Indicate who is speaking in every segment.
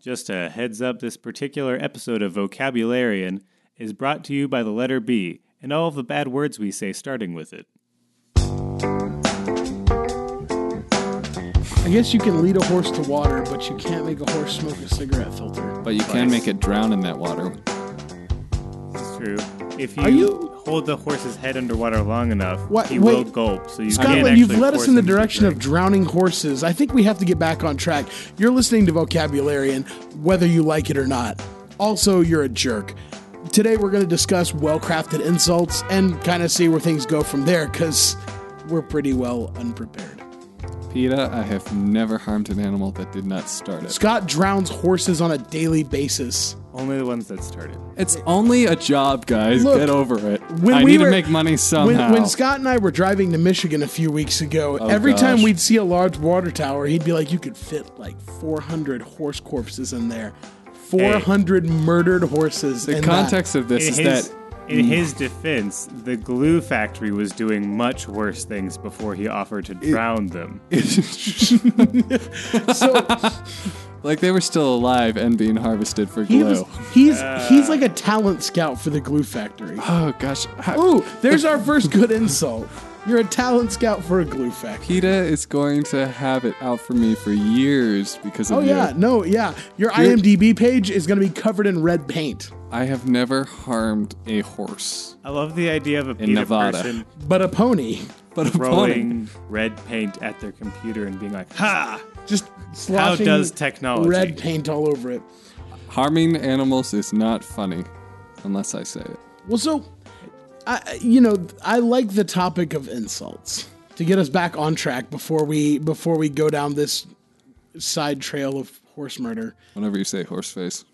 Speaker 1: Just a heads up this particular episode of Vocabularian is brought to you by the letter B and all of the bad words we say starting with it.
Speaker 2: I guess you can lead a horse to water, but you can't make a horse smoke a cigarette filter.
Speaker 3: But you can make it drown in that water.
Speaker 1: It's true. If you,
Speaker 2: Are you-
Speaker 1: hold the horse's head underwater long enough,
Speaker 2: What-
Speaker 1: he will
Speaker 2: wait.
Speaker 1: gulp. So you can't
Speaker 2: Scotland,
Speaker 1: actually
Speaker 2: you've led us
Speaker 1: force
Speaker 2: in the
Speaker 1: him to
Speaker 2: direction
Speaker 1: drink.
Speaker 2: of drowning horses. I think we have to get back on track. You're listening to Vocabularian, whether you like it or not. Also, you're a jerk. Today, we're going to discuss well crafted insults and kind of see where things go from there because we're pretty well unprepared.
Speaker 3: PETA, I have never harmed an animal that did not start it.
Speaker 2: Scott drowns horses on a daily basis.
Speaker 1: only the ones that started.
Speaker 3: It's only a job, guys.
Speaker 2: Look,
Speaker 3: Get over it.
Speaker 2: when
Speaker 3: I
Speaker 2: we
Speaker 3: need
Speaker 2: were-
Speaker 3: to make money somehow. Oh,
Speaker 2: When, when Scott and I were driving to Michigan a few weeks ago, every
Speaker 3: gosh.
Speaker 2: time we'd see a large water tower, he'd be like, "You could fit like 400 horse corpses in there, 400 murdered horses."
Speaker 3: the
Speaker 2: in
Speaker 3: context of this
Speaker 1: In
Speaker 3: is
Speaker 1: his,
Speaker 3: that
Speaker 1: in his defense, the glue factory was doing much worse things before he offered to drown them.
Speaker 2: that. So
Speaker 3: like they were still alive and being harvested for glue.
Speaker 2: he was, he's he's like a talent scout for the glue factory.
Speaker 3: oh gosh. How-
Speaker 2: Ooh, there's our first good insult. You're a talent scout for a glue factory.
Speaker 3: PETA is going to have it out for me for years because of
Speaker 2: Oh yeah,
Speaker 3: you.
Speaker 2: no, yeah. Your IMDb page is going to be covered in red paint.
Speaker 3: I have never harmed a horse,
Speaker 1: I love the idea of a PETA
Speaker 3: Nevada.
Speaker 1: person
Speaker 2: But a pony
Speaker 3: but a pony.
Speaker 1: throwing red paint at their computer and being like, "Ha!
Speaker 2: just sloshing
Speaker 1: does technology-
Speaker 2: red paint all over it.
Speaker 3: Harming animals is not funny, unless I say it.
Speaker 2: Well, so, I, you know, I like the topic of insults to get us back on track before we before we go down this side trail of horse murder.
Speaker 3: Whenever you say horse face.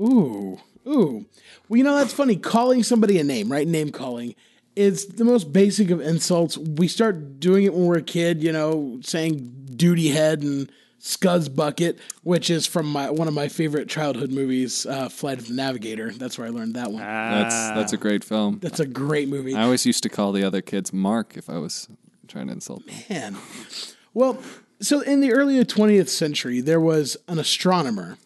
Speaker 2: Ooh, ooh. Well, you know that's funny. Calling somebody a name, right? Name calling. is the most basic of insults. We start doing it when we're a kid, you know, saying duty head and scuzz bucket, which is from my one of my favorite childhood movies, uh, Flight of the Navigator. That's where I learned that one.
Speaker 3: That's
Speaker 1: Ah.
Speaker 3: that's a great film.
Speaker 2: That's a great movie.
Speaker 3: I always used to call the other kids Mark if I was trying to insult them.
Speaker 2: Man. Well, so in the early 20th century, there was an astronomer.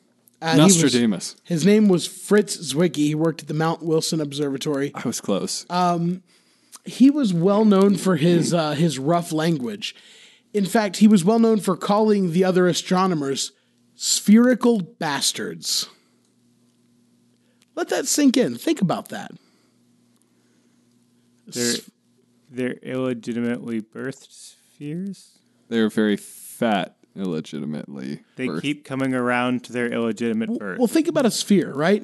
Speaker 2: and he was-
Speaker 3: Nostradamus.
Speaker 2: his name was Fritz Zwicky. He worked at the Mount Wilson Observatory.
Speaker 3: I was close.
Speaker 1: Uh,
Speaker 2: He was well known for his uh, his rough language. In fact, he was well known for calling the other astronomers spherical bastards. Let that sink in. Think about that.
Speaker 1: They're, they're illegitimately birthed spheres.
Speaker 3: they were very fat, illegitimately.
Speaker 1: They
Speaker 3: birthed.
Speaker 1: keep coming around to their illegitimate birth.
Speaker 2: Well, think about a sphere, right?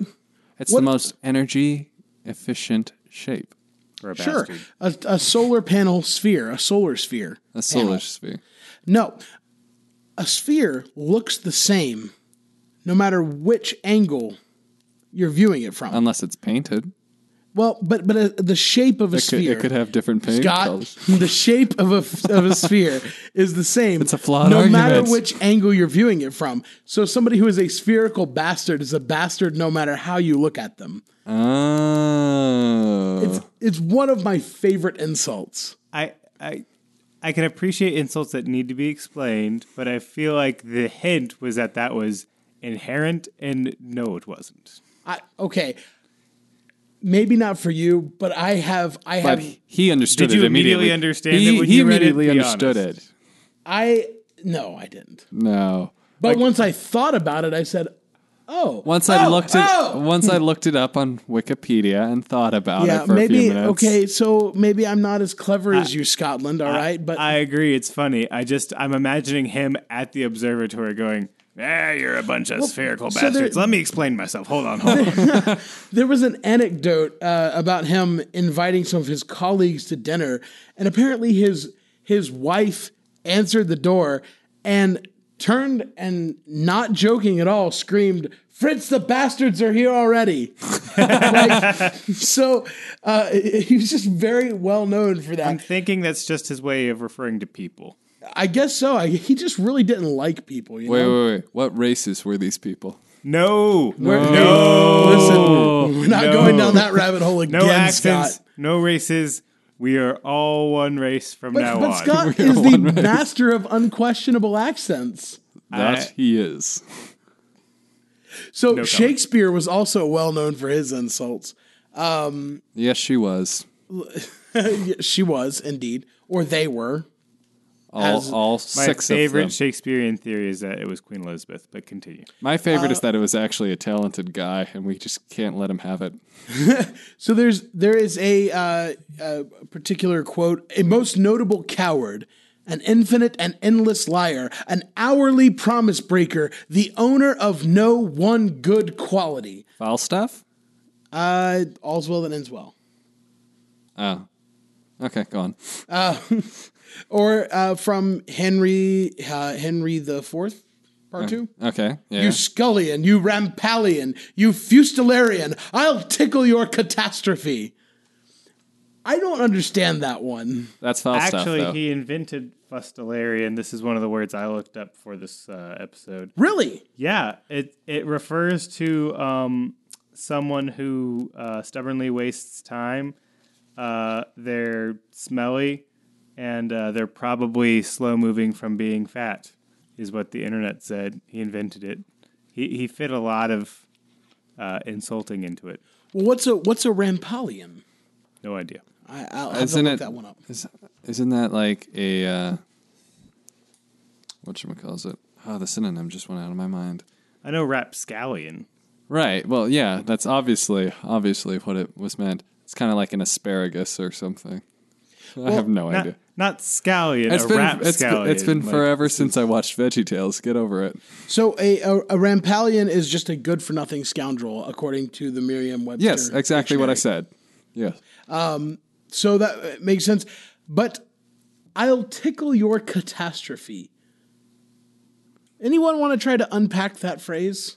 Speaker 3: it's
Speaker 2: what-
Speaker 3: the most energy efficient shape.
Speaker 1: for a
Speaker 2: Sure.
Speaker 1: bastard.
Speaker 2: A, a solar panel sphere, a solar sphere.
Speaker 3: A solar sphere.
Speaker 2: No, a sphere looks the same no matter which angle you're viewing it from.
Speaker 3: Unless it's painted.
Speaker 2: well, but but uh the shape of a
Speaker 3: It could,
Speaker 2: sphere,
Speaker 3: it could have different paint
Speaker 2: Scott,
Speaker 3: colors.
Speaker 2: the shape of a of a sphere is the same.
Speaker 3: It's a flawed
Speaker 2: no matter
Speaker 3: argument.
Speaker 2: which angle you're viewing it from. So somebody who is a spherical bastard is a bastard no matter how you look at them.
Speaker 3: Oh.
Speaker 2: It's it's one of my favorite insults.
Speaker 1: I, I, I can appreciate insults that need to be explained, but I feel like the hint was that that was inherent, and no, it wasn't.
Speaker 2: I, okay. Maybe not for you, but I have I
Speaker 3: but
Speaker 2: have
Speaker 3: he understood
Speaker 1: Did you
Speaker 3: it
Speaker 1: immediately
Speaker 3: immediately.
Speaker 1: understand
Speaker 3: he,
Speaker 1: it when
Speaker 3: he
Speaker 1: you read it?
Speaker 3: immediately
Speaker 1: Be
Speaker 3: understood
Speaker 1: honest.
Speaker 3: it.
Speaker 2: I no, I didn't.
Speaker 3: No.
Speaker 2: But once I thought about it, I said, "Oh,
Speaker 3: Once I looked it
Speaker 1: oh!
Speaker 3: once I looked it up on Wikipedia and thought about
Speaker 2: yeah,
Speaker 3: it for a few
Speaker 2: maybe
Speaker 3: minutes.
Speaker 2: okay. So maybe I'm not as clever as you, Scotland. All right, but
Speaker 1: I agree. It's funny. I just I'm imagining him at the observatory going, "Ah, you're a bunch of spherical
Speaker 2: so
Speaker 1: bastards."
Speaker 2: there-
Speaker 1: Let me explain myself. Hold on, hold on.
Speaker 2: there was an anecdote uh, about him inviting some of his colleagues to dinner, and apparently his his wife answered the door and turned and not joking at all screamed fritz the bastards are here already like, so uh, he was just very well known for that
Speaker 1: I'm thinking that's just his way of referring to people.
Speaker 2: I guess so. I, he just really didn't like people. You
Speaker 3: Wait,
Speaker 2: know?
Speaker 3: wait, wait. What races were these people?
Speaker 1: No,
Speaker 2: We're-
Speaker 1: no,
Speaker 2: Listen, we're not
Speaker 1: No.
Speaker 2: going down that rabbit hole again,
Speaker 1: no accents,
Speaker 2: Scott.
Speaker 1: no races. We are all one race from
Speaker 2: But,
Speaker 1: now
Speaker 2: but
Speaker 1: on.
Speaker 2: Scott is the master of unquestionable accents.
Speaker 3: That
Speaker 1: I-
Speaker 3: he is.
Speaker 2: So
Speaker 1: comment.
Speaker 2: Shakespeare was also well known for his insults.
Speaker 3: Yes, she was.
Speaker 2: she was indeed, or they were.
Speaker 3: All,
Speaker 2: As-
Speaker 3: all
Speaker 1: My
Speaker 3: six
Speaker 1: favorite
Speaker 3: of them.
Speaker 1: Shakespearean theory is that it was Queen Elizabeth, but continue.
Speaker 3: My favorite
Speaker 1: Uh,
Speaker 3: is that it was actually a talented guy, and we just can't let him have it.
Speaker 2: So there's there is a, uh, a particular quote: a most notable coward, an infinite and endless liar, an hourly promise breaker, the owner of no one good quality.
Speaker 3: Falstaff?
Speaker 2: Uh, all's well that ends well.
Speaker 3: Oh. Okay, go on.
Speaker 2: Or uh, from Henry uh, Henry the Fourth, Part Two.
Speaker 3: Okay, yeah.
Speaker 2: You scullion, you rampallion, you fustilarian, I'll tickle your catastrophe. I don't understand that one.
Speaker 3: That's Falstaff,
Speaker 1: Actually,
Speaker 3: though.
Speaker 1: he invented fustelary, and this is one of the words I looked up for this uh, episode.
Speaker 2: Really?
Speaker 1: Yeah, it it refers to um, someone who uh, stubbornly wastes time. Uh, they're smelly, and uh, they're probably slow moving from being fat, is what the internet said. He invented it. He he fit a lot of uh, insulting into it.
Speaker 2: Well, what's a what's a rampallion?
Speaker 1: No idea.
Speaker 2: I, I'll have
Speaker 3: Isn't
Speaker 2: to
Speaker 3: it?
Speaker 2: look that one up.
Speaker 3: is- isn't that like a uh, whatchamacalls it? Oh, the synonym just went out of my mind.
Speaker 1: I know rapscallion.
Speaker 3: Right. Well, yeah, that's obviously obviously what it was meant. It's kind of like an asparagus or something. I have no
Speaker 1: Not,
Speaker 3: idea.
Speaker 1: not scallion,
Speaker 3: It's
Speaker 1: a
Speaker 3: been,
Speaker 1: rapscallion.
Speaker 3: it's been it's been
Speaker 1: Like,
Speaker 3: forever since I watched VeggieTales. Get over it.
Speaker 2: So a, a, a rampallion is just a good for nothing scoundrel, according to the Merriam-Webster.
Speaker 3: Yes, exactly what I said. Yeah.
Speaker 2: So that uh, makes sense. But I'll tickle your catastrophe. Anyone want to try to unpack that phrase?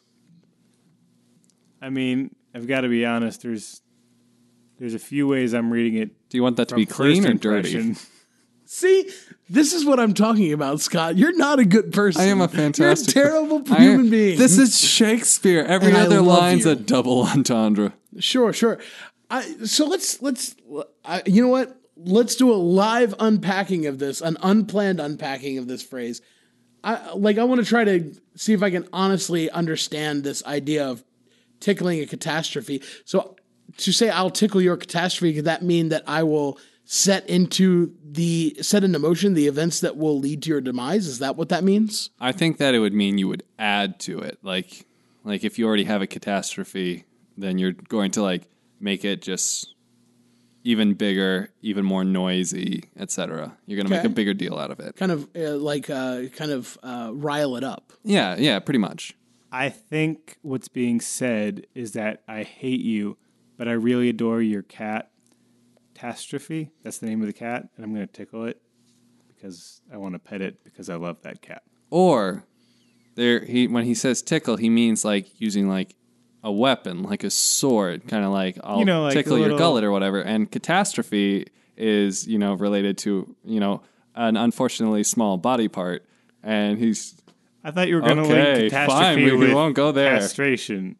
Speaker 1: I mean, I've got to be honest. There's there's a few ways I'm reading it.
Speaker 3: Do you want that to be
Speaker 1: from
Speaker 3: clean
Speaker 1: first
Speaker 3: or dirty?
Speaker 1: impression.
Speaker 2: See, this is what I'm talking about, Scott. You're not a good person.
Speaker 3: I am a fantastic.
Speaker 2: You're a terrible
Speaker 3: I am-
Speaker 2: human being.
Speaker 3: This is Shakespeare. Every
Speaker 2: And I
Speaker 3: other
Speaker 2: love
Speaker 3: line's
Speaker 2: you.
Speaker 3: a double entendre.
Speaker 2: Sure, sure. I, so let's let's I, you know what? Let's do a live unpacking of this, an unplanned unpacking of this phrase. I like I want to try to see if I can honestly understand this idea of tickling a catastrophe. So to say I'll tickle your catastrophe could that mean that I will set into the set into motion the events that will lead to your demise? Is that what that means?
Speaker 3: I think that it would mean you would add to it. Like like if you already have a catastrophe, then you're going to like make it just even bigger, even more noisy, etc. You're going to
Speaker 2: Okay.
Speaker 3: make a bigger deal out of it.
Speaker 2: Kind of uh, like uh, kind of uh, rile it up.
Speaker 3: Yeah, yeah, pretty much.
Speaker 1: I think what's being said is that I hate you, but I really adore your cat. Catastrophe. That's the name of the cat, and I'm going to tickle it because I want to pet it because I love that cat.
Speaker 3: Or there he when he says tickle, he means like using like a weapon, like a sword, kind of like I'll
Speaker 1: You know, like
Speaker 3: tickle
Speaker 1: the
Speaker 3: your
Speaker 1: little-
Speaker 3: gullet or whatever. And catastrophe is you know related to you know an unfortunately small body part, and he's
Speaker 1: I thought you were going to
Speaker 3: Okay,
Speaker 1: link catastrophe
Speaker 3: fine, we- we
Speaker 1: with
Speaker 3: won't go there.
Speaker 1: castration,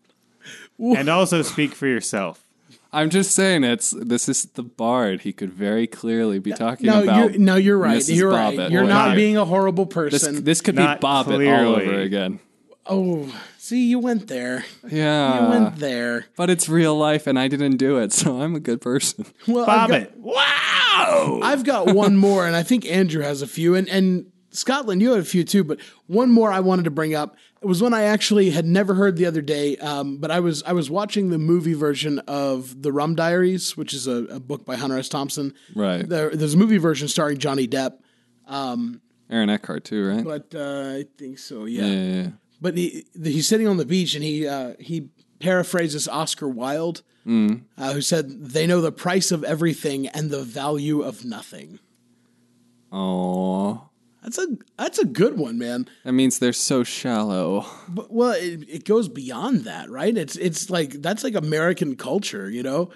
Speaker 1: and also speak for yourself.
Speaker 3: I'm just saying it's this is the bard. He could very clearly be talking
Speaker 2: No,
Speaker 3: about.
Speaker 2: you no, you're right.
Speaker 3: Mrs.
Speaker 2: You're right.
Speaker 3: Bobbitt.
Speaker 2: You're
Speaker 3: Well,
Speaker 2: not
Speaker 1: not-
Speaker 2: being a horrible
Speaker 3: This,
Speaker 2: person.
Speaker 3: this could be
Speaker 1: Not
Speaker 3: Bobbit all
Speaker 1: clearly.
Speaker 3: over again.
Speaker 2: oh, see, you went there. You
Speaker 3: Yeah,
Speaker 2: went there.
Speaker 3: but it's real life, and I didn't do it, so I'm a good person.
Speaker 2: Well, I've got,
Speaker 1: Bobbit. Wow.
Speaker 2: I've got one more, and I think Andrew has a few, and and Scotland, you had a few too. But one more I wanted to bring up. It was one I actually had never heard the other day. Um, but I was I was watching the movie version of the Rum Diaries, which is a, a book by Hunter S. Thompson.
Speaker 3: Right.
Speaker 2: There, there's a movie version starring Johnny Depp,
Speaker 3: Aaron Eckhart too, right?
Speaker 2: but uh, I think so.
Speaker 3: yeah, yeah, yeah.
Speaker 2: but he he's sitting on the beach and he uh, he paraphrases Oscar Wilde, uh, who said, "They know the price of everything and the value of nothing."
Speaker 3: Oh,
Speaker 2: That's a that's a good one, man.
Speaker 3: that means they're so shallow.
Speaker 2: But well, it, it goes beyond that, right? It's it's like that's like American culture, you know.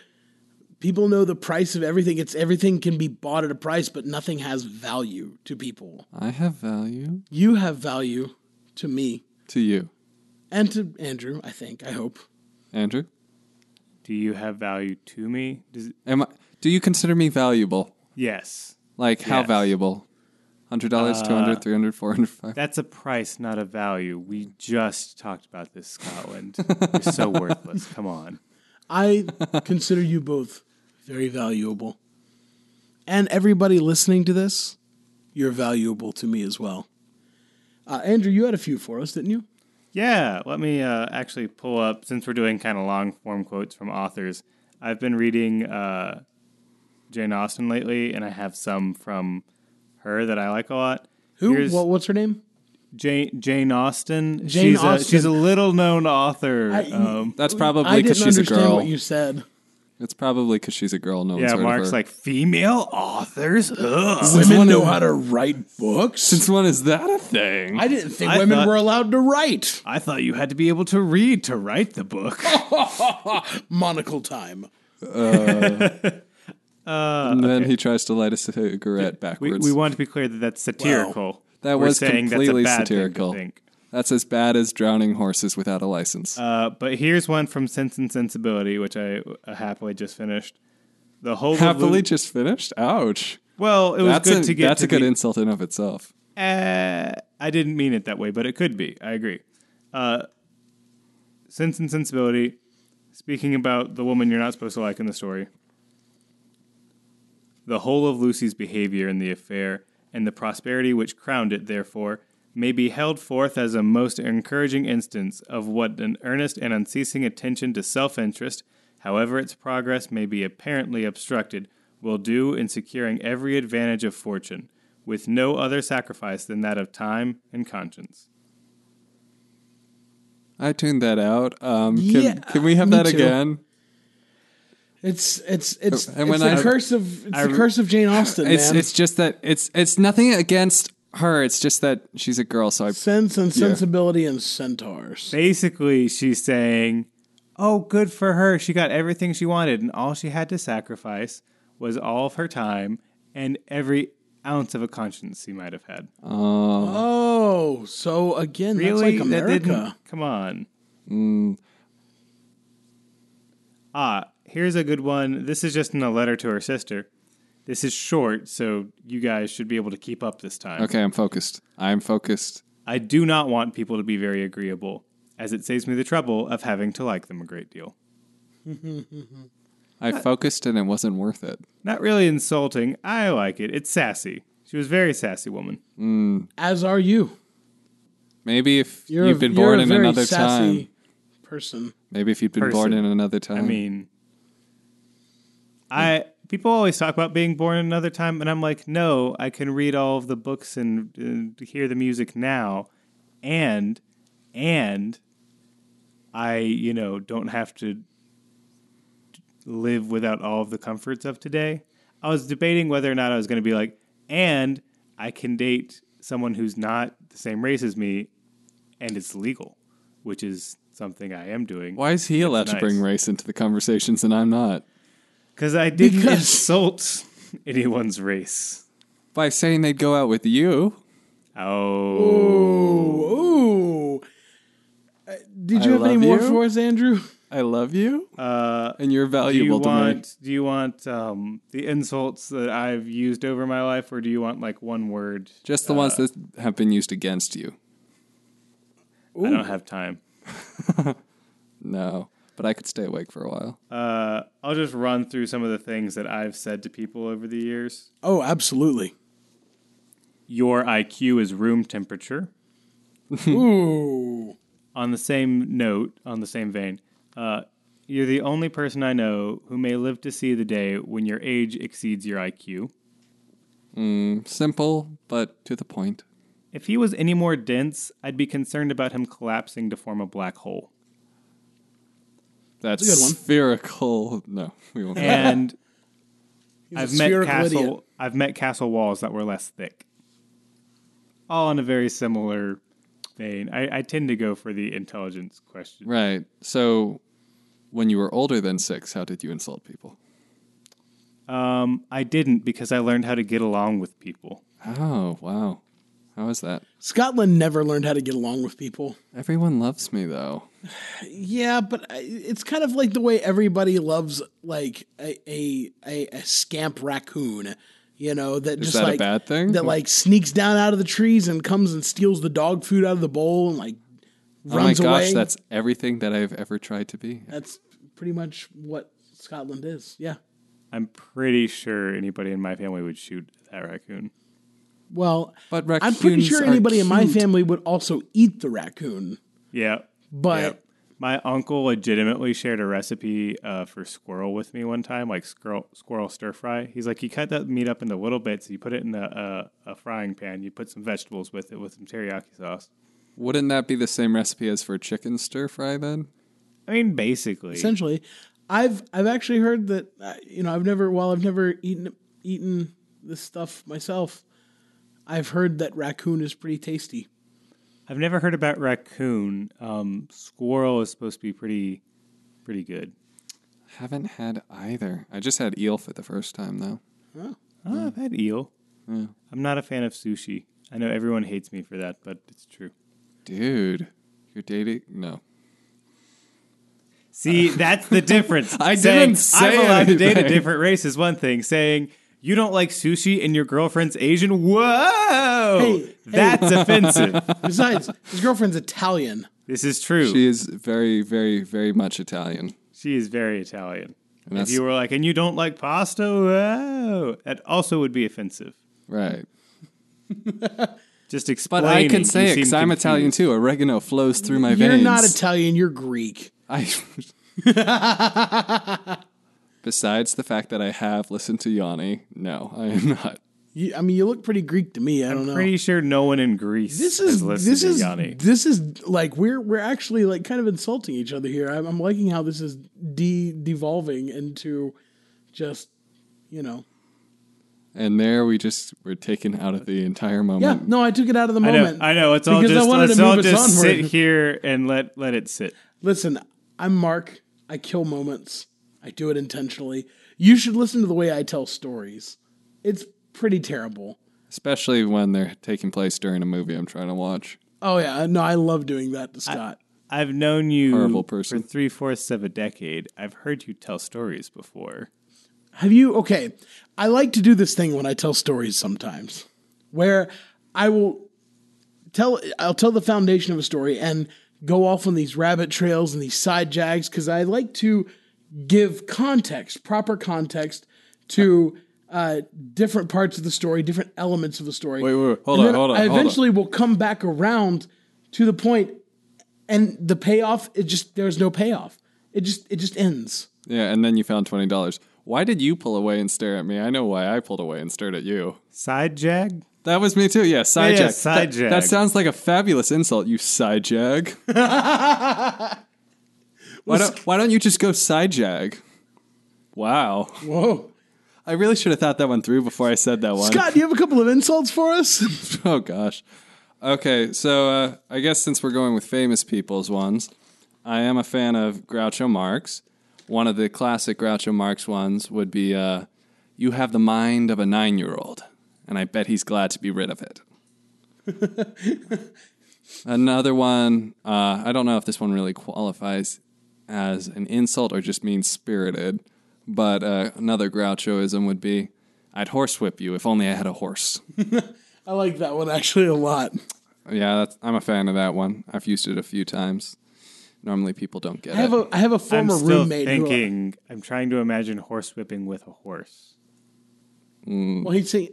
Speaker 2: People know the price of everything. It's everything can be bought at a price, but nothing has value to people.
Speaker 3: I have value
Speaker 2: You have value to me
Speaker 3: to you,
Speaker 2: and to Andrew. I think. I hope.
Speaker 3: Andrew.
Speaker 1: Do you have value to me? Does,
Speaker 3: Am I? Do you consider me valuable?
Speaker 1: yes.
Speaker 3: Like how
Speaker 1: Yes. Uh,
Speaker 3: valuable? $100, $200, $300, $400, $500.
Speaker 1: That's a price, not a value. We just talked about this, Scotland. You're so worthless. Come on.
Speaker 2: I consider you both very valuable. And everybody listening to this, you're valuable to me as well. Uh, Andrew, you had a few for us, didn't you?
Speaker 1: Yeah, let me uh, actually pull up since we're doing kind of long form quotes from authors. I've been reading uh, Jane Austen lately, and I have some from her that I like a lot.
Speaker 2: Who?
Speaker 1: Here's
Speaker 2: What, what's her name?
Speaker 1: Jane, Jane Austen.
Speaker 2: Jane
Speaker 1: she's A,
Speaker 2: Austen.
Speaker 1: she's a little known author.
Speaker 2: I-
Speaker 1: um,
Speaker 3: That's
Speaker 2: I
Speaker 3: probably
Speaker 2: didn't
Speaker 3: because she's a
Speaker 2: understand
Speaker 3: girl.
Speaker 2: what you said.
Speaker 3: It's probably because she's a girl. No one's
Speaker 1: yeah,
Speaker 3: heard
Speaker 1: Mark's
Speaker 3: of her.
Speaker 1: like female authors. Ugh.
Speaker 2: Women know how to write books.
Speaker 3: Since when is that a thing?
Speaker 2: I didn't think
Speaker 1: I
Speaker 2: women
Speaker 1: thought-
Speaker 2: were allowed to write.
Speaker 1: I thought you had to be able to read to write the book.
Speaker 2: Monocle time.
Speaker 3: and then he tries to light a cigarette
Speaker 1: we,
Speaker 3: backwards.
Speaker 1: we want to be clear that that's satirical.
Speaker 3: That
Speaker 1: We're
Speaker 3: was
Speaker 1: saying that's a
Speaker 3: completely
Speaker 1: bad thing to
Speaker 3: satirical.
Speaker 1: think.
Speaker 3: That's as bad as drowning horses without a license.
Speaker 1: Uh, but here's one from Sense and Sensibility, which I uh, happily just finished. The whole of
Speaker 3: Happily
Speaker 1: Lu-
Speaker 3: just finished. Ouch.
Speaker 1: well, it was
Speaker 3: That's
Speaker 1: good
Speaker 3: a
Speaker 1: to get.
Speaker 3: that's
Speaker 1: to
Speaker 3: a good
Speaker 1: the-
Speaker 3: insult in of itself.
Speaker 1: Uh, I didn't mean it that way, but it could be. I agree. Uh, Sense and Sensibility, speaking about the woman you're not supposed to like in the story, the whole of Lucy's behavior in the affair and the prosperity which crowned it, therefore, may be held forth as a most encouraging instance of what an earnest and unceasing attention to self interest, however its progress may be apparently obstructed, will do in securing every advantage of fortune, with no other sacrifice than that of time and conscience.
Speaker 3: I tuned that out. Um, can,
Speaker 2: Yeah,
Speaker 3: can we have
Speaker 2: me
Speaker 3: that
Speaker 2: too.
Speaker 3: again?
Speaker 2: It's it's it's,
Speaker 3: And when
Speaker 2: it's the
Speaker 3: I-
Speaker 2: curse of it's
Speaker 1: I-
Speaker 2: the curse of Jane Austen,
Speaker 3: It's
Speaker 2: man.
Speaker 3: it's just that it's it's nothing against her. It's just that she's a girl, so I
Speaker 2: Sense and sensibility and centaurs.
Speaker 1: Basically, she's saying, Oh, good for her. She got everything she wanted, and all she had to sacrifice was all of her time and every ounce of a conscience she might have had.
Speaker 2: Oh, so again,
Speaker 1: Really?
Speaker 2: that's like
Speaker 1: That didn't-
Speaker 2: America. Mm.
Speaker 1: Come on. Ah, here's a good one. This is just in a letter to her sister. This is short, so you guys should be able to keep up this time.
Speaker 3: okay. I'm focused. I'm focused.
Speaker 1: I do not want people to be very agreeable, as it saves me the trouble of having to like them a great deal.
Speaker 3: I focused, and it wasn't worth it.
Speaker 1: Not really insulting. I like it. It's sassy. She was a very sassy woman.
Speaker 2: As are you.
Speaker 3: Maybe if you
Speaker 2: You're
Speaker 3: have
Speaker 2: a,
Speaker 3: been
Speaker 2: you're
Speaker 3: born
Speaker 2: a
Speaker 3: in
Speaker 2: very
Speaker 3: another
Speaker 2: sassy
Speaker 3: time,
Speaker 2: person.
Speaker 3: maybe if you'd been
Speaker 1: person.
Speaker 3: born in another time.
Speaker 1: I mean, I people always talk about being born in another time, and I'm like, no, I can read all of the books and, and hear the music now, and and I you know don't have to live without all of the comforts of today. I was debating whether or not I was going to be like, and I can date someone who's not the same race as me, and it's legal, which is something I am doing.
Speaker 3: why is he allowed to
Speaker 1: nice.
Speaker 3: bring race into the conversations and I'm not?
Speaker 1: Because I didn't
Speaker 2: Because-
Speaker 1: insult anyone's race.
Speaker 3: By saying they'd go out with you.
Speaker 1: Oh.
Speaker 2: Ooh. Uh, Did you
Speaker 3: I
Speaker 2: have any
Speaker 3: love
Speaker 2: more
Speaker 3: you.
Speaker 2: for us, Andrew?
Speaker 3: I love you,
Speaker 1: Uh,
Speaker 3: and you're
Speaker 1: do you
Speaker 3: valuable to me.
Speaker 1: want do you want um, the insults that I've used over my life, or do you want like one word?
Speaker 3: Just the
Speaker 1: uh,
Speaker 3: ones that have been used against you.
Speaker 1: I don't have time.
Speaker 3: No, but I could stay awake for a while.
Speaker 1: Uh, I'll just run through some of the things that I've said to people over the years.
Speaker 2: Oh, absolutely.
Speaker 1: Your IQ is room temperature.
Speaker 2: Ooh.
Speaker 1: on the same note, on the same vein, uh, you're the only person I know who may live to see the day when your age exceeds your IQ.
Speaker 3: Simple, but to the point.
Speaker 1: If he was any more dense, I'd be concerned about him collapsing to form a black hole.
Speaker 3: That's,
Speaker 2: That's a good one.
Speaker 3: spherical. No, we won't.
Speaker 1: And
Speaker 2: He's a
Speaker 1: I've met
Speaker 2: spherical
Speaker 1: castle
Speaker 2: idiot.
Speaker 1: I've met castle walls that were less thick. All in a very similar vein. I, I tend to go for the intelligence question.
Speaker 3: right. So, when you were older than six, how did you insult people?
Speaker 1: Um, I didn't because I learned how to get along with people.
Speaker 3: Oh, wow. How is that?
Speaker 2: Scotland never learned how to get along with people.
Speaker 3: Everyone loves me, though.
Speaker 2: Yeah, but I- it's kind of like the way everybody loves like a a, a, a scamp raccoon. you know, that just
Speaker 3: that a
Speaker 2: like
Speaker 3: bad thing?
Speaker 2: that like sneaks down out of the trees and comes and steals the dog food out of the bowl and like runs
Speaker 3: oh my gosh,
Speaker 2: away.
Speaker 3: that's everything that I've ever tried to be.
Speaker 2: that's pretty much what Scotland is. Yeah.
Speaker 1: I'm pretty sure anybody in my family would shoot that raccoon.
Speaker 2: Well,
Speaker 3: But
Speaker 2: I'm pretty
Speaker 3: raccoons
Speaker 2: sure
Speaker 3: are
Speaker 2: anybody in my
Speaker 3: cute.
Speaker 2: family would also eat the raccoon.
Speaker 1: Yeah.
Speaker 2: But
Speaker 1: Yep. my uncle legitimately shared a recipe uh, for squirrel with me one time, like squirrel squirrel stir fry. He's like, you cut that meat up into little bits, you put it in a, a, a frying pan, you put some vegetables with it with some teriyaki sauce.
Speaker 3: Wouldn't that be the same recipe as for chicken stir fry then?
Speaker 1: I mean, basically,
Speaker 2: essentially, I've I've actually heard that uh, you know I've never while I've never eaten eaten this stuff myself, I've heard that raccoon is pretty tasty.
Speaker 1: I've never heard about raccoon. Um, squirrel is supposed to be pretty, pretty good.
Speaker 3: Haven't had either. I just had eel for the first time though.
Speaker 1: Oh, I've had eel. I'm not a fan of sushi. I know everyone hates me for that, but it's true.
Speaker 3: Dude, you're dating? No.
Speaker 1: See, that's the difference.
Speaker 3: I
Speaker 1: Saying
Speaker 3: didn't say
Speaker 1: I'm allowed to date a
Speaker 3: anything.
Speaker 1: different race is one thing. Saying you don't like sushi and your girlfriend's Asian, whoa,
Speaker 2: Hey,
Speaker 1: that's offensive.
Speaker 2: Besides, his girlfriend's Italian.
Speaker 1: This is true.
Speaker 3: She
Speaker 1: She,
Speaker 3: is very, very, very much Italian.
Speaker 1: is very Italian. if
Speaker 3: And that's-
Speaker 1: you were like, and you don't like pasta, whoa, that also would be offensive.
Speaker 3: Right.
Speaker 1: Just explain.
Speaker 3: But I can say it because I'm Italian too. Oregano flows through my
Speaker 2: You're
Speaker 3: veins.
Speaker 2: not Italian. You're Greek.
Speaker 3: I. Besides the fact that I have listened to Yanni, no, I am not.
Speaker 2: You, I mean, you look pretty Greek to me. I don't know.
Speaker 1: Pretty sure no one in Greece
Speaker 2: this
Speaker 1: has
Speaker 2: is
Speaker 1: listened
Speaker 2: this
Speaker 1: to
Speaker 2: is
Speaker 1: Yanni.
Speaker 2: this is like we're we're actually like kind of insulting each other here. I'm, I'm liking how this is de devolving into just you know.
Speaker 3: And there we just were taken out of the entire
Speaker 2: Yeah,
Speaker 3: moment.
Speaker 2: no, I took it out of the
Speaker 1: Hmm. I know.
Speaker 2: moment.
Speaker 1: I know. It's all
Speaker 2: because I
Speaker 1: just.
Speaker 2: wanted
Speaker 1: Let's
Speaker 2: to
Speaker 1: all
Speaker 2: move us
Speaker 1: just sit
Speaker 2: onward.
Speaker 1: here and let let it sit.
Speaker 2: Listen, I'm Mark. I kill moments. I do it intentionally. You should listen to the way I tell stories. It's pretty terrible.
Speaker 3: Especially when they're taking place during a movie I'm trying to watch.
Speaker 2: Oh yeah, no, I love doing that to Scott.
Speaker 1: I've known you
Speaker 3: Horrible person.
Speaker 1: for three fourths of a decade. I've heard you tell stories before.
Speaker 2: Have you? Okay. I like to do this thing when I tell stories sometimes where I will tell, I'll tell the foundation of a story and go off on these rabbit trails and these side jags because I like to give context, proper context to uh, different parts of the story, different elements of the story.
Speaker 3: Wait, wait, wait. Hold
Speaker 2: And
Speaker 3: on,
Speaker 2: then
Speaker 3: hold on,
Speaker 2: I
Speaker 3: hold on.
Speaker 2: eventually will come back around to the point and the payoff, it just, there's no payoff. It just, it just ends.
Speaker 3: Yeah, and then you found twenty dollars. Why did you pull away and stare at me? I know why I pulled away and stared at you.
Speaker 1: Side jag?
Speaker 3: That was me too. Yeah, sidejack.
Speaker 1: yeah, side
Speaker 3: That-
Speaker 1: jag.
Speaker 3: That, sounds like a fabulous insult. You sidejack. why don't Why don't you just go sidejack? Wow,
Speaker 2: Whoa.
Speaker 3: I really should have thought that one through before I said that one.
Speaker 2: Scott, do you have a couple of insults for us?
Speaker 3: Oh gosh. Okay, so uh, I guess since we're going with famous people's ones, I am a fan of Groucho Marx. One of the classic Groucho Marx ones would be, uh, "You have the mind of a nine-year-old, and I bet he's glad to be rid of it." Another one, uh, I don't know if this one really qualifies as an insult or just means spirited, but uh, another Grouchoism would be, "I'd horsewhip you if only I had a horse."
Speaker 2: I like that one actually a lot.
Speaker 3: Yeah, that's, I'm a fan of that one. I've used it a few times. Normally, people don't get
Speaker 2: I have
Speaker 3: it.
Speaker 2: a I have a
Speaker 1: I'm
Speaker 2: former
Speaker 1: still
Speaker 2: roommate uh,
Speaker 1: thinking. I'm trying to imagine horse whipping with a horse.
Speaker 2: who well he's saying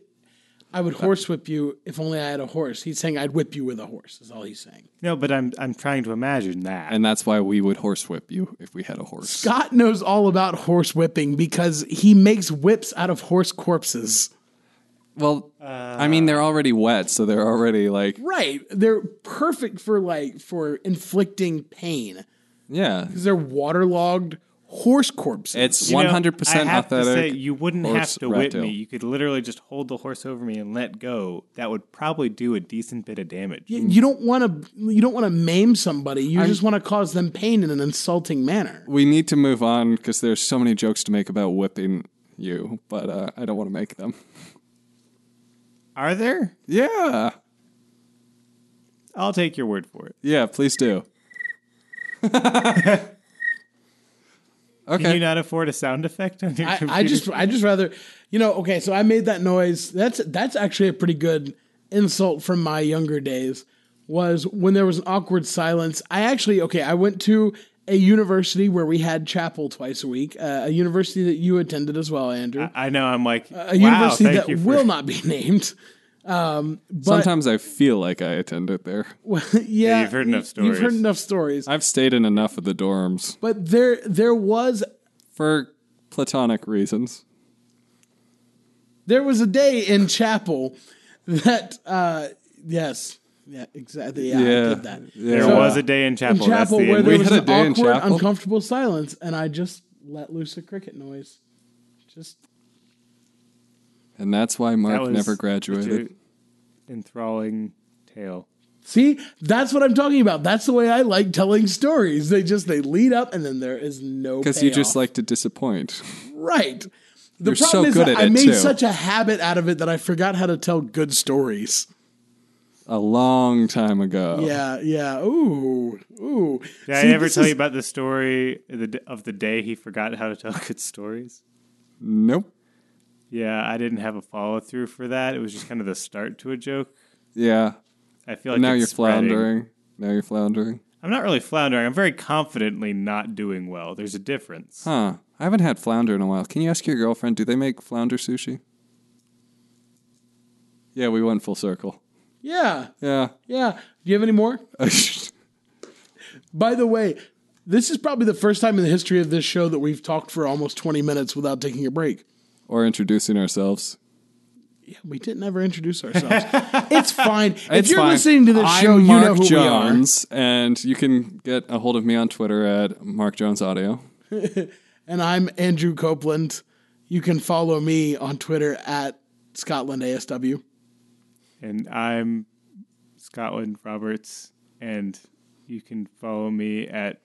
Speaker 2: I would horsewhip you if only I had a horse. He's saying I'd whip you with a horse, is all he's saying.
Speaker 1: No, but I'm I'm trying to imagine that.
Speaker 3: and that's why we would horsewhip you if we had a horse.
Speaker 2: Scott knows all about horse whipping because he makes whips out of horse corpses.
Speaker 3: well, I
Speaker 1: Uh,
Speaker 3: mean, they're already wet, so they're already like,
Speaker 2: Right. They're perfect for like for inflicting pain.
Speaker 3: yeah.
Speaker 2: Because they're waterlogged horse corpses.
Speaker 3: It's
Speaker 1: You know,
Speaker 3: 100%
Speaker 1: I have to say,
Speaker 3: authentic.
Speaker 1: you wouldn't
Speaker 3: horse
Speaker 1: have to whip
Speaker 3: reptile.
Speaker 1: me. You could literally just hold the horse over me and let go. That would probably do a decent bit of damage.
Speaker 2: Y- you don't want to you don't want to maim somebody. You just want to cause them pain in an insulting manner.
Speaker 3: we need to move on because there's so many jokes to make about whipping you, but uh, I don't want to make them.
Speaker 1: Are there?
Speaker 3: Yeah.
Speaker 1: I'll take your word for it.
Speaker 3: Yeah, please do.
Speaker 1: Can
Speaker 3: Okay.
Speaker 1: you not afford a sound effect on your
Speaker 2: I,
Speaker 1: computer?
Speaker 2: I just I just rather you know okay so I made that noise that's that's actually a pretty good insult from my younger days was when there was an awkward silence I actually okay I went to a university where we had chapel twice a week uh, a university that you attended as well Andrew
Speaker 1: I know. I'm like,
Speaker 2: a
Speaker 1: Uh, wow.
Speaker 2: university
Speaker 1: Thank
Speaker 2: that
Speaker 1: you for
Speaker 2: will not be named
Speaker 3: Sometimes I feel like I attended there.
Speaker 2: well, yeah
Speaker 1: you've heard enough
Speaker 2: you've heard
Speaker 1: stories.
Speaker 2: enough stories
Speaker 3: I've stayed in enough of the dorms
Speaker 2: but there there was
Speaker 3: for platonic reasons.
Speaker 2: there was a day in chapel that uh yes yeah exactly yeah, I did that
Speaker 1: there
Speaker 2: So-
Speaker 1: was a day in chapel.
Speaker 2: in chapel
Speaker 1: That's the
Speaker 2: where
Speaker 1: end.
Speaker 2: there
Speaker 3: We
Speaker 2: was
Speaker 3: had a
Speaker 2: an
Speaker 3: day in
Speaker 2: awkward,
Speaker 3: chapel.
Speaker 2: uncomfortable silence, and I just let loose a cricket noise. Just
Speaker 3: and that's why Mark
Speaker 1: That was
Speaker 3: never graduated.
Speaker 1: such a Enthralling tale.
Speaker 2: see, that's what I'm talking about. That's the way I like telling stories. They just they lead up, and then there is no
Speaker 3: Because you just
Speaker 2: payoff.
Speaker 3: like to disappoint.
Speaker 2: right. The
Speaker 3: You're so
Speaker 2: problem is
Speaker 3: good
Speaker 2: that
Speaker 3: at
Speaker 2: I
Speaker 3: it,
Speaker 2: made
Speaker 3: too.
Speaker 2: such a habit out of it that I forgot how to tell good stories.
Speaker 3: A long time ago.
Speaker 2: Yeah, yeah. Ooh, ooh.
Speaker 1: Did I
Speaker 2: See,
Speaker 1: ever
Speaker 2: this
Speaker 1: tell
Speaker 2: is-
Speaker 1: you about the story of the d- of the day he forgot how to tell good stories?
Speaker 3: Nope.
Speaker 1: Yeah, I didn't have a follow through for that. It was just kind of the start to a joke.
Speaker 3: Yeah.
Speaker 1: I feel like
Speaker 3: now
Speaker 1: it's
Speaker 3: you're
Speaker 1: spreading.
Speaker 3: floundering. Now you're floundering.
Speaker 1: I'm not really floundering. I'm very confidently not doing well. There's a difference.
Speaker 3: Huh. I haven't had flounder in a while. Can you ask your girlfriend, do they make flounder sushi? Yeah, we went full circle.
Speaker 2: Yeah,
Speaker 3: Yeah.
Speaker 2: yeah. Do you have any more? By the way, this is probably the first time in the history of this show that we've talked for almost 20 minutes without taking a break.
Speaker 3: or introducing ourselves.
Speaker 2: Yeah, we didn't ever introduce ourselves. it's fine. if
Speaker 3: It's
Speaker 2: you're
Speaker 3: fine.
Speaker 2: listening to this
Speaker 3: I'm
Speaker 2: show,
Speaker 3: Mark
Speaker 2: you know who
Speaker 3: Jones, and you can get a hold of me on Twitter at Mark Jones Audio.
Speaker 2: we are. And I'm Andrew Copeland. You can follow me on Twitter at Scotland ASW.
Speaker 1: And I'm Scotland Roberts, and you can follow me at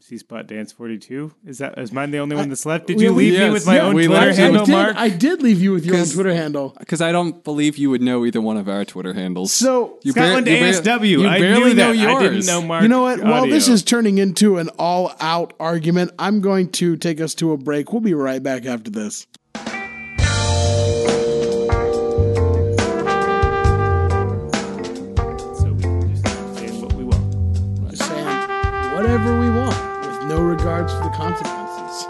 Speaker 1: C Spot Dance 42. Is that is mine the only one that's left? Did
Speaker 2: we-
Speaker 1: you leave
Speaker 3: yes,
Speaker 1: me with my
Speaker 3: yeah,
Speaker 1: own
Speaker 3: we
Speaker 1: Twitter
Speaker 3: left you.
Speaker 1: handle,
Speaker 2: I did,
Speaker 1: Mark?
Speaker 2: I did leave you with your own
Speaker 3: 'Cause-
Speaker 2: Twitter handle.
Speaker 3: Because I don't believe you would know either one of our Twitter handles.
Speaker 2: So,
Speaker 3: you bar-
Speaker 1: Scotland
Speaker 3: you bar-
Speaker 1: ASW.
Speaker 3: you
Speaker 1: I
Speaker 3: barely
Speaker 1: knew that.
Speaker 3: know yours.
Speaker 1: I didn't know Mark.
Speaker 2: You know what? While
Speaker 1: Audio.
Speaker 2: this is turning into an all out argument, I'm going to take us to a break. We'll be right back after this.
Speaker 1: so we can just say what we want.
Speaker 2: Just saying whatever we want with no regards for the consequences.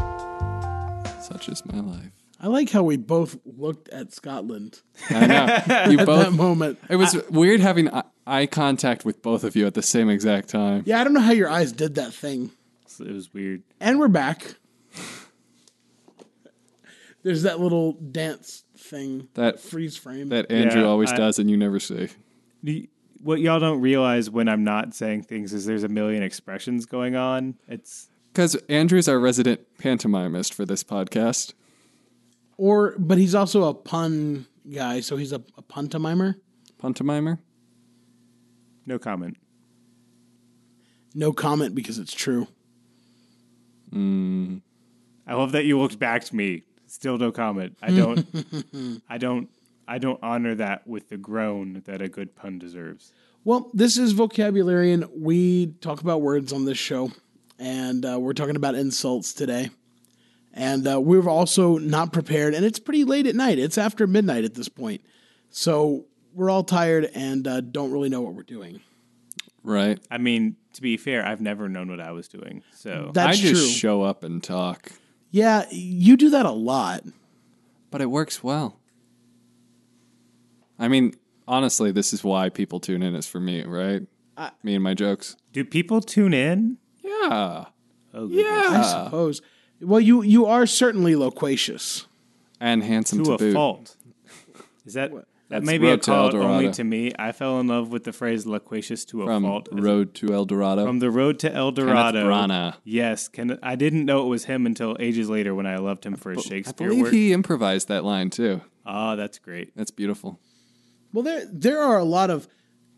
Speaker 3: Such is my life.
Speaker 2: I like how we both looked at Scotland
Speaker 3: I know. You
Speaker 2: at that
Speaker 3: both.
Speaker 2: moment.
Speaker 3: It was weird having eye- eye contact with both of you at the same exact time.
Speaker 2: Yeah, I don't know how your eyes did that thing.
Speaker 1: So it was weird.
Speaker 2: And we're back. There's that little dance thing.
Speaker 3: That-
Speaker 2: freeze frame.
Speaker 3: That Andrew
Speaker 1: Yeah,
Speaker 3: always
Speaker 1: I-
Speaker 3: does, and you never see.
Speaker 1: The- What y'all don't realize when I'm not saying things is there's a million expressions going on. It's
Speaker 3: Because Andrew's our resident pantomimist for this podcast.
Speaker 2: or but he's also a pun guy, so he's a, a pantomimer.
Speaker 3: Pantomimer?
Speaker 1: no comment.
Speaker 2: No comment because it's true.
Speaker 1: I love that you looked back to me. Still no comment. I don't. I don't. I don't honor that with the groan that a good pun deserves.
Speaker 2: Well, this is Vocabularian. We talk about words on this show, and uh, we're talking about insults today. And uh, we're also not prepared, and it's pretty late at night. It's after midnight at this point. So we're all tired and uh, don't really know what we're doing.
Speaker 3: Right.
Speaker 1: I mean, to be fair, I've never known what I was doing. So
Speaker 2: That's
Speaker 3: I just
Speaker 2: true.
Speaker 3: show up and talk.
Speaker 2: yeah, you do that a lot.
Speaker 3: but it works well. I mean, honestly, this is why people tune in is for me, right? me and my jokes.
Speaker 1: do people tune in?
Speaker 3: Yeah.
Speaker 1: Oh, yeah,
Speaker 2: I
Speaker 3: Uh.
Speaker 2: suppose. Well, you you are certainly loquacious.
Speaker 3: And handsome
Speaker 1: to
Speaker 3: to,
Speaker 1: a
Speaker 3: boot.
Speaker 1: fault. Is that that
Speaker 3: That's
Speaker 1: may be a
Speaker 3: Road to El
Speaker 1: call out only
Speaker 3: Dorado.
Speaker 1: to me? I fell in love with the phrase "loquacious to a
Speaker 3: From
Speaker 1: fault" It's
Speaker 3: Road to El Dorado.
Speaker 1: from the road to El Dorado.
Speaker 3: Branagh.
Speaker 1: Yes, Ken, I didn't know it was him until ages later when I loved him for his
Speaker 3: I
Speaker 1: Shakespeare
Speaker 3: believe
Speaker 1: work.
Speaker 3: he improvised that line too.
Speaker 1: Ah, that's great.
Speaker 3: That's beautiful.
Speaker 2: Well, there there are a lot of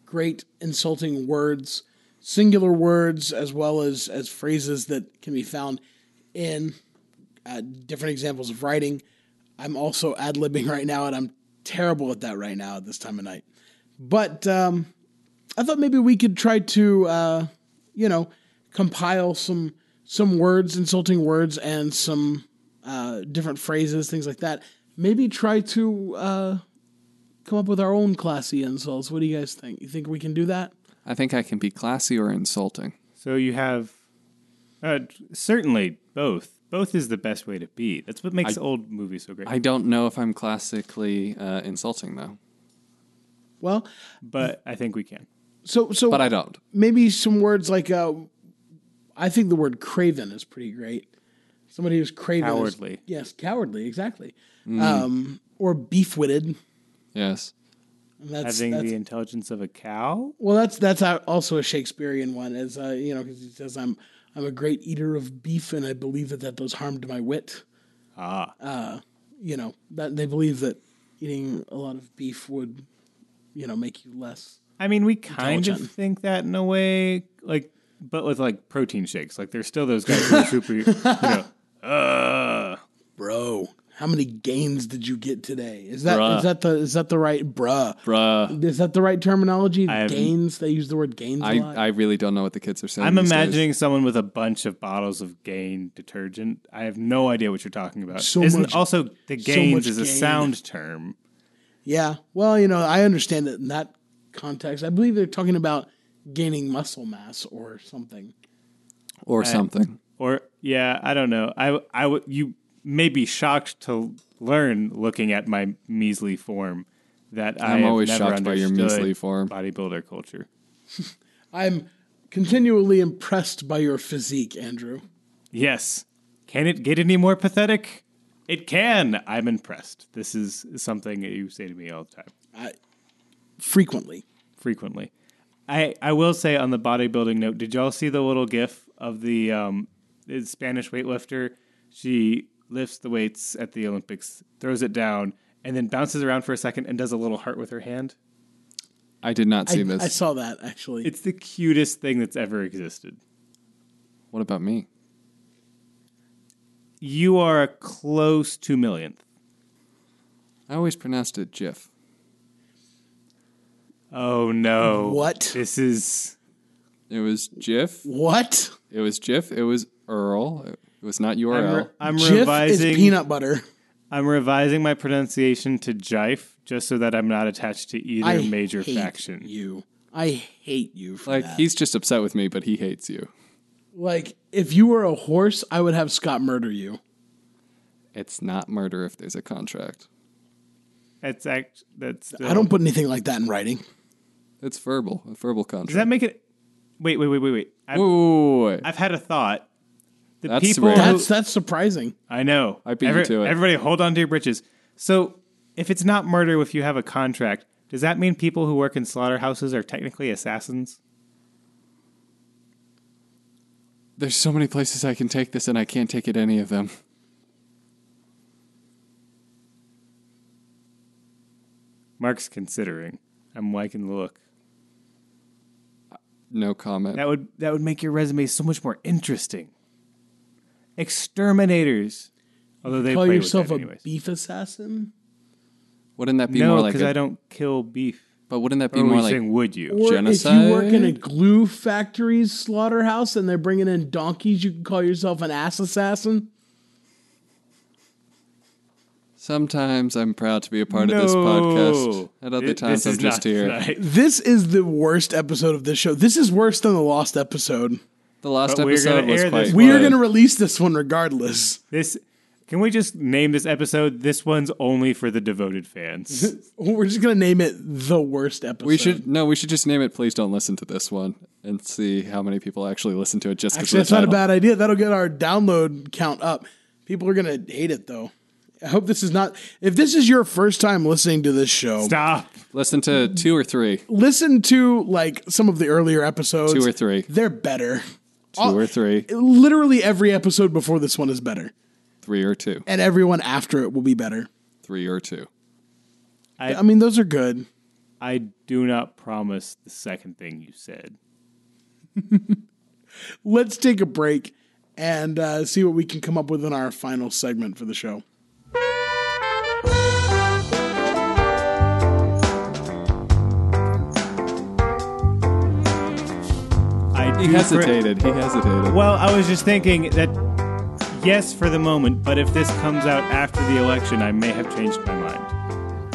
Speaker 2: great insulting words, singular words, as well as as phrases that can be found in uh, different examples of writing. I'm also ad libbing right now, and I'm terrible at that right now at this time of night. But um, I thought maybe we could try to, uh, you know, compile some some words, insulting words, and some uh, different phrases, things like that. Maybe try to uh, come up with our own classy insults. What do you guys think? You think we can do that?
Speaker 3: I think I can be classy or insulting.
Speaker 1: So you have uh, certainly both. Both is the best way to be. That's what makes old movies so great.
Speaker 3: I don't know if I'm classically uh, insulting though,
Speaker 2: Well,
Speaker 1: but I think we can.
Speaker 2: so so
Speaker 3: but I don't.
Speaker 2: maybe some words like uh, I think the word craven is pretty great. Somebody who's craven, is-
Speaker 1: Cowardly.
Speaker 2: yes, cowardly, exactly.
Speaker 3: Mm.
Speaker 2: Um, or beef-witted.
Speaker 3: Yes.
Speaker 2: That's,
Speaker 1: Having
Speaker 2: that's
Speaker 1: the intelligence of a cow.
Speaker 2: well, that's that's a- also a Shakespearean one, as uh, you know, because he says, "I'm I'm a great eater of beef, and I believe that that does harm to my wit." Uh,
Speaker 1: Ah,
Speaker 2: You know, that they believe that eating a lot of beef would, you know, make you less.
Speaker 1: I mean, we kind of
Speaker 2: Intelligent.
Speaker 1: think that in a way, like, but with like protein shakes. Like, there's still those guys who are super. You know, uh,
Speaker 2: Bro, how many gains did you get today? Is that is
Speaker 3: Bruh.
Speaker 2: that the is that the right bruh?
Speaker 3: Bruh.
Speaker 2: Is that the right terminology?
Speaker 1: have-
Speaker 2: gains. They use the word gains a
Speaker 3: I,
Speaker 2: lot.
Speaker 3: I really don't know what the kids are saying.
Speaker 1: I'm
Speaker 3: these days.
Speaker 1: imagining someone with a bunch of bottles of Gain detergent. I have no idea what you're talking about.
Speaker 2: So
Speaker 1: Isn't
Speaker 2: much-
Speaker 1: also the Gains
Speaker 2: much
Speaker 1: is a
Speaker 2: Gain.
Speaker 1: sound term.
Speaker 2: yeah. Well, you know, I understand that in that context. I believe they're talking about gaining muscle mass or something.
Speaker 3: or something.
Speaker 1: Or yeah, I don't know. I I would you may be shocked to learn looking at my measly form that I
Speaker 3: I'm
Speaker 1: have
Speaker 3: always
Speaker 1: never
Speaker 3: shocked by your
Speaker 1: understood
Speaker 3: measly form.
Speaker 1: Bodybuilder culture.
Speaker 2: I'm continually impressed by your physique, Andrew.
Speaker 1: Yes. Can it get any more pathetic? It can. I'm impressed. This is something that you say to me all the time.
Speaker 2: Frequently.
Speaker 1: frequently. I, I will say on the bodybuilding note, did y'all see the little gif of the um, the Spanish weightlifter? She lifts the weights at the Olympics, throws it down, and then bounces around for a second and does a little heart with her hand.
Speaker 3: I did not
Speaker 2: I,
Speaker 3: see this.
Speaker 2: I saw that actually.
Speaker 1: It's the cutest thing that's ever existed.
Speaker 3: what about me?
Speaker 1: You are a close to millionth.
Speaker 3: I always pronounced it GIF.
Speaker 1: Oh no.
Speaker 2: What?
Speaker 1: This is
Speaker 3: It was GIF.
Speaker 2: what?
Speaker 3: It was GIF. It was Earl. It was not URL.
Speaker 1: I'm, re- I'm
Speaker 2: Jif
Speaker 1: revising
Speaker 2: is peanut butter.
Speaker 1: I'm revising my pronunciation to jife just so that I'm not attached to either
Speaker 2: I
Speaker 1: major
Speaker 2: hate
Speaker 1: faction.
Speaker 2: You. I hate you for
Speaker 3: like
Speaker 2: that.
Speaker 3: he's just upset with me, but he hates you.
Speaker 2: like if you were a horse, I would have Scott murder you.
Speaker 3: It's not murder if there's a contract.
Speaker 1: That's act. That's.
Speaker 2: I don't put anything like that in writing.
Speaker 3: It's verbal, a verbal
Speaker 1: Does
Speaker 3: contract.
Speaker 1: that make it? Wait, wait, wait, wait, wait. I've,
Speaker 3: Ooh, wait, wait, wait.
Speaker 1: I've had a thought. The
Speaker 3: That's
Speaker 1: people.
Speaker 3: rare.
Speaker 1: who-
Speaker 2: That's that's surprising.
Speaker 1: I know.
Speaker 3: I beat you to it.
Speaker 1: Everybody, hold on to your britches. So, if it's not murder if you have a contract, does that mean people who work in slaughterhouses are technically assassins?
Speaker 3: There's so many places I can take this, and I can't take it any of them.
Speaker 1: Mark's considering. I'm liking the look.
Speaker 3: No comment.
Speaker 1: That would that would make your resume so much more interesting. Exterminators. Although they
Speaker 2: Call
Speaker 1: play with
Speaker 2: yourself
Speaker 1: that
Speaker 2: a
Speaker 1: anyways.
Speaker 2: beef assassin?
Speaker 3: Wouldn't that be
Speaker 1: no,
Speaker 3: more like?
Speaker 1: because
Speaker 3: a-
Speaker 1: I don't kill beef.
Speaker 3: But wouldn't that be
Speaker 1: Or were
Speaker 3: more
Speaker 1: you
Speaker 3: like?
Speaker 1: saying would you?
Speaker 2: Or if you work in a
Speaker 3: Genocide?
Speaker 2: glue factory's slaughterhouse and they're bringing in donkeys, you can call yourself an ass assassin.
Speaker 3: Sometimes I'm proud to be a part
Speaker 1: no.
Speaker 3: of this podcast. At other
Speaker 1: Th-
Speaker 3: times,
Speaker 1: this
Speaker 3: I'm
Speaker 1: is
Speaker 3: just
Speaker 1: not
Speaker 3: here.
Speaker 1: tonight.
Speaker 2: This is the worst episode of this show. This is worse than the lost episode.
Speaker 3: The last
Speaker 1: But we're gonna
Speaker 3: episode was
Speaker 1: air
Speaker 3: quite.
Speaker 1: this
Speaker 2: We are
Speaker 3: good.
Speaker 2: going to release this one regardless.
Speaker 1: This can we just name this episode? This one's only for the devoted fans.
Speaker 2: We're just going to name it the worst episode.
Speaker 3: We should no. We should just name it. Please don't listen to this one, and see how many people actually listen to it. Just 'cause
Speaker 2: Actually,
Speaker 3: of
Speaker 2: that's
Speaker 3: the
Speaker 2: not a
Speaker 3: title.
Speaker 2: bad idea. That'll get our download count up. People are going to hate it though. I hope this is not. If this is your first time listening to this show,
Speaker 1: Stop.
Speaker 3: Listen to two or three.
Speaker 2: listen to like some of the earlier episodes.
Speaker 3: Two or three. Two
Speaker 2: They're better. All-
Speaker 3: or three.
Speaker 2: Literally every episode before this one is better,
Speaker 3: Three or two.
Speaker 2: and everyone after it will be better.
Speaker 3: Three or two.
Speaker 2: I mean, those are good.
Speaker 1: I do not promise the second thing you said.
Speaker 2: Let's take a break and uh, see what we can come up with in our final segment for the show.
Speaker 1: I
Speaker 3: He hesitated. He hesitated.
Speaker 1: Well, I was just thinking that yes for the moment, but if this comes out after the election, I may have changed my mind.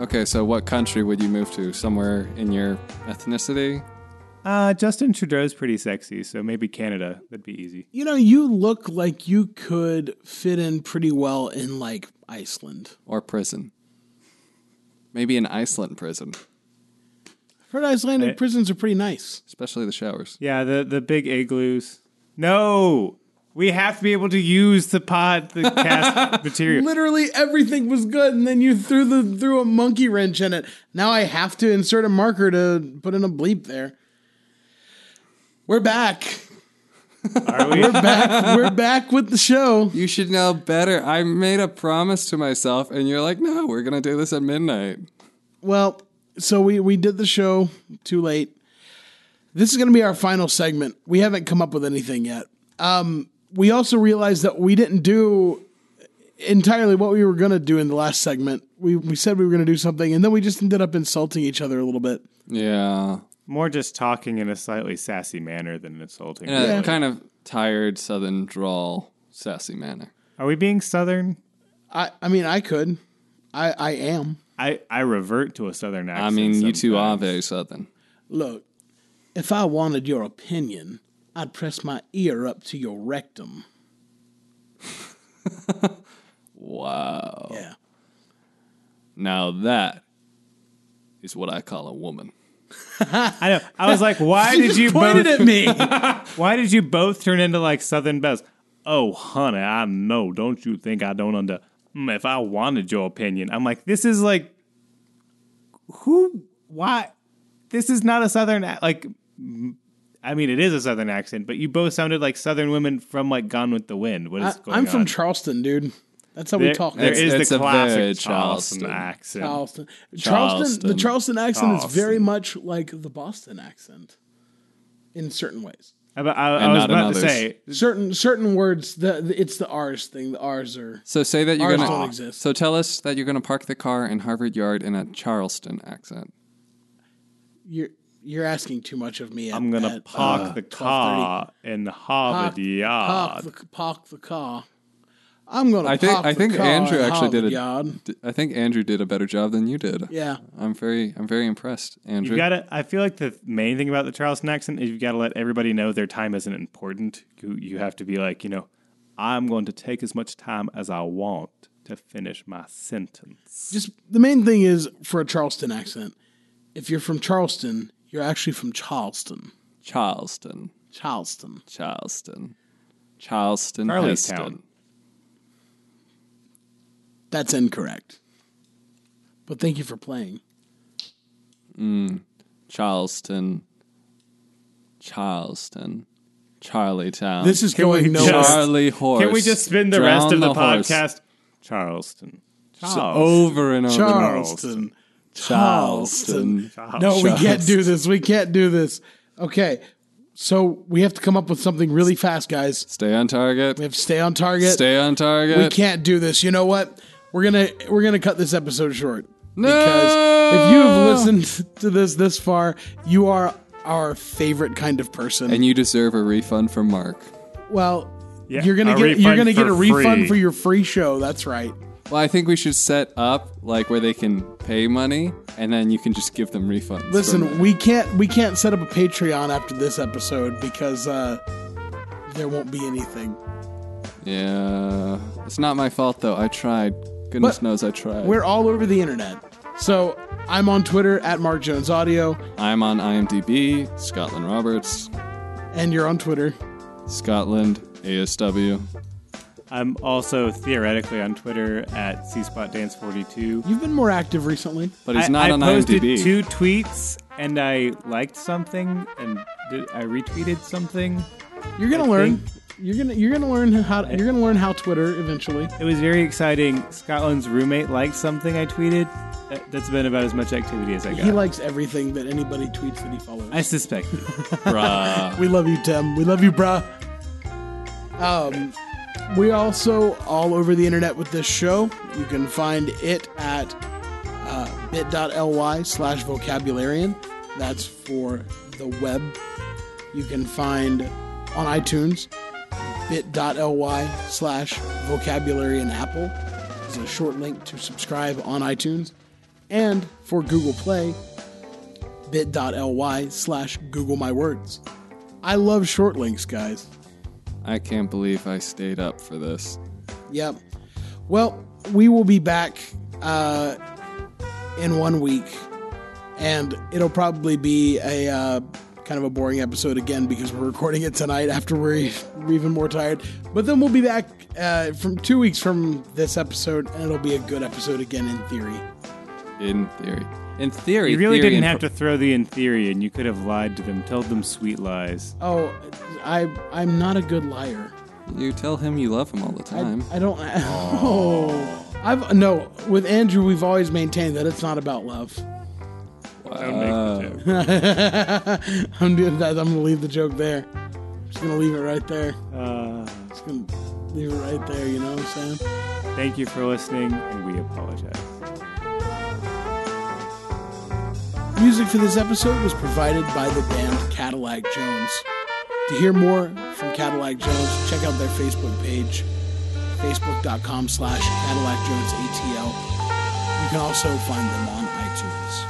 Speaker 3: Okay, so what country would you move to? Somewhere in your ethnicity?
Speaker 1: Uh, Justin Trudeau's pretty sexy, so maybe Canada. That'd be easy.
Speaker 2: You know, you look like you could fit in pretty well in like Iceland.
Speaker 3: or prison. Maybe an Iceland prison,
Speaker 2: I've heard Icelandic
Speaker 1: Eh.
Speaker 2: prisons are pretty nice.
Speaker 3: especially the showers.
Speaker 1: Yeah, the the big igloos. No, we have to be able to use the pod, the cast material.
Speaker 2: Literally everything was good, and then you threw the threw a monkey wrench in it. Now I have to insert a marker to put in a bleep there. We're back.
Speaker 1: Are we?
Speaker 2: back. We're back with the show.
Speaker 3: You should know better. I made a promise to myself, and you're like, no, we're going to do this at midnight.
Speaker 2: Well, so we we did the show too late. This is going to be our final segment. We haven't come up with anything yet. Um, we also realized that we didn't do entirely what we were going to do in the last segment. We we said we were going to do something, and then we just ended up insulting each other a little bit.
Speaker 3: Yeah.
Speaker 1: More just talking in a slightly sassy manner than insulting.
Speaker 3: In a
Speaker 1: really.
Speaker 3: kind of tired southern drawl, sassy manner.
Speaker 1: Are we being southern?
Speaker 2: I I mean, I could, I I am.
Speaker 1: I, I revert to a southern accent.
Speaker 3: I mean, you two are
Speaker 1: sometimes.
Speaker 3: very southern.
Speaker 2: Look, if I wanted your opinion, I'd press my ear up to your rectum.
Speaker 1: Oh,
Speaker 3: Wow.
Speaker 2: Yeah.
Speaker 3: Now that is what I call a woman.
Speaker 1: I know. I was like, why did you
Speaker 2: pointed
Speaker 1: both?
Speaker 2: at me?
Speaker 1: Why did you both turn into like Southern Bells? Oh, honey, I know. Don't you think I don't under? Mm, if I wanted your opinion, I'm like, this is like, who? Why? This is not a Southern ac- like. mm, I mean, it is a Southern accent, but you both sounded like Southern women from like Gone with the Wind. What is going
Speaker 2: I, am
Speaker 1: on?
Speaker 2: from Charleston, dude. That's how we
Speaker 1: There-
Speaker 2: talk.
Speaker 1: there
Speaker 3: It's-
Speaker 1: is
Speaker 3: it's a
Speaker 1: the
Speaker 3: very
Speaker 1: classic
Speaker 3: Charleston.
Speaker 1: Charleston accent.
Speaker 2: Charleston. Charleston.
Speaker 3: Charleston.
Speaker 2: The Charleston accent is
Speaker 1: Charleston.
Speaker 2: very much like the Boston accent in certain ways.
Speaker 1: I, I- I
Speaker 3: And
Speaker 1: was
Speaker 3: not in
Speaker 1: about to
Speaker 3: others.
Speaker 1: say,
Speaker 2: Certain certain words. The, the- it's the R's thing. The R's are.
Speaker 3: So say that you're
Speaker 2: Ours
Speaker 3: gonna.
Speaker 2: don't exist.
Speaker 3: So tell us that you're gonna park the car in Harvard Yard in a Charleston accent.
Speaker 2: You're you're asking too much of me. At,
Speaker 1: I'm gonna
Speaker 2: at,
Speaker 1: park
Speaker 2: uh,
Speaker 1: the car in Harvard Yard.
Speaker 2: Park the, park the car. I'm gonna.
Speaker 3: I think
Speaker 2: park
Speaker 3: I
Speaker 2: the
Speaker 3: think
Speaker 2: car
Speaker 3: Andrew
Speaker 2: at
Speaker 3: actually did
Speaker 2: Harvard
Speaker 3: a.
Speaker 2: Yard.
Speaker 3: d- I think Andrew did a better job than you did.
Speaker 2: Yeah.
Speaker 3: I'm very I'm very impressed, Andrew.
Speaker 1: You gotta. I feel like the main thing about the Charleston accent is you gotta let everybody know their time isn't important. You you have to be like, you know, I'm going to take as much time as I want to finish my sentence.
Speaker 2: Just the main thing is for a Charleston accent. If you're from Charleston, you're actually from Charleston.
Speaker 3: Charleston,
Speaker 2: Charleston.
Speaker 3: Charleston, Charleston,
Speaker 1: Charlie's
Speaker 3: Heston.
Speaker 1: Town.
Speaker 2: That's incorrect. But thank you for playing.
Speaker 3: Charleston, Charleston, Charlie Town.
Speaker 2: This is
Speaker 1: Can we
Speaker 2: going nowhere.
Speaker 1: just-
Speaker 3: Charlie horse.
Speaker 1: Can we just spin the
Speaker 3: Drown
Speaker 1: rest of the,
Speaker 3: horse.
Speaker 1: podcast? Charleston.
Speaker 3: So oh, over and over.
Speaker 2: Charleston. Charleston.
Speaker 3: Charleston.
Speaker 2: No, we can't
Speaker 3: Charleston.
Speaker 2: do this. We can't do this. Okay. So we have to come up with something really fast, guys.
Speaker 3: Stay on target.
Speaker 2: We have to stay on target.
Speaker 3: Stay on target.
Speaker 2: we can't do this. You know what? We're gonna we're gonna cut this episode short.
Speaker 3: No!
Speaker 2: Because if you've listened to this this far, you are our favorite kind of person.
Speaker 3: And you deserve a refund from Mark.
Speaker 2: well,
Speaker 1: Yeah,
Speaker 2: you're gonna
Speaker 1: a
Speaker 2: get you're
Speaker 1: refund
Speaker 2: gonna get a
Speaker 1: for
Speaker 2: refund
Speaker 1: free.
Speaker 2: for your free show. That's right.
Speaker 3: Well, I think we should set up like where they can pay money, and then you can just give them refunds. from
Speaker 2: Listen,
Speaker 3: it.
Speaker 2: we can't we can't set up a Patreon after this episode because uh, there won't be anything.
Speaker 3: yeah, it's not my fault though. I tried. Goodness
Speaker 2: But
Speaker 3: knows I tried.
Speaker 2: We're all over the internet. So I'm on Twitter at Mark Jones Audio,
Speaker 3: I'm on IMDb. Scotland Roberts.
Speaker 2: and you're on Twitter.
Speaker 3: Scotland ASW.
Speaker 1: I'm also theoretically on Twitter at cspotdance42.
Speaker 2: You've been more active recently.
Speaker 3: But he's
Speaker 1: I- I,
Speaker 3: not on
Speaker 1: posted
Speaker 3: IMDb.
Speaker 1: two tweets and I liked something and did, I retweeted something.
Speaker 2: You're gonna
Speaker 1: I
Speaker 2: learn.
Speaker 1: think-
Speaker 2: You're gonna you're gonna learn how you're gonna learn how Twitter eventually.
Speaker 1: It was very exciting. Scotland's roommate liked something I tweeted. That- That's been about as much activity as I got.
Speaker 2: He likes everything that anybody tweets that he follows.
Speaker 1: I suspected.
Speaker 3: Bruh.
Speaker 2: We love you, Tim. We love you, bruh. Um, we're also all over the internet with this show. You can find it at uh, bit.ly slash vocabularian. That's for the web. you can find on iTunes bit.ly slash vocabulary and apple is a short link to subscribe on iTunes. And for Google Play, bit.ly slash Google My Words. I love short links, guys.
Speaker 3: I can't believe I stayed up for this.
Speaker 2: Yep. Well, we will be back uh, in one week, and it'll probably be a uh, kind of a boring episode again because we're recording it tonight after we're, e-, we're even more tired. But then we'll be back uh, from two weeks from this episode, and it'll be a good episode again in theory.
Speaker 3: In theory. In theory.
Speaker 1: You really
Speaker 3: theory
Speaker 1: didn't
Speaker 3: and
Speaker 1: have
Speaker 3: pro-
Speaker 1: to throw the in theory, and you could have lied to them, told them sweet lies.
Speaker 2: Oh, I I'm not a good liar.
Speaker 3: You tell him you love him all the time.
Speaker 2: I don't. Oh. I've no. With Andrew, we've always maintained that it's not about love.
Speaker 3: Uh.
Speaker 2: I'm doing that. I'm gonna leave the joke there. I'm just gonna leave it right there.
Speaker 1: Uh,
Speaker 2: Just gonna leave it right there. You know what I'm saying?
Speaker 1: thank you for listening, and we apologize.
Speaker 2: Music for this episode was provided by the band Cadillac Jones. To hear more from Cadillac Jones, check out their Facebook page, facebook.com slash Cadillac Jones ATL. You can also find them on iTunes.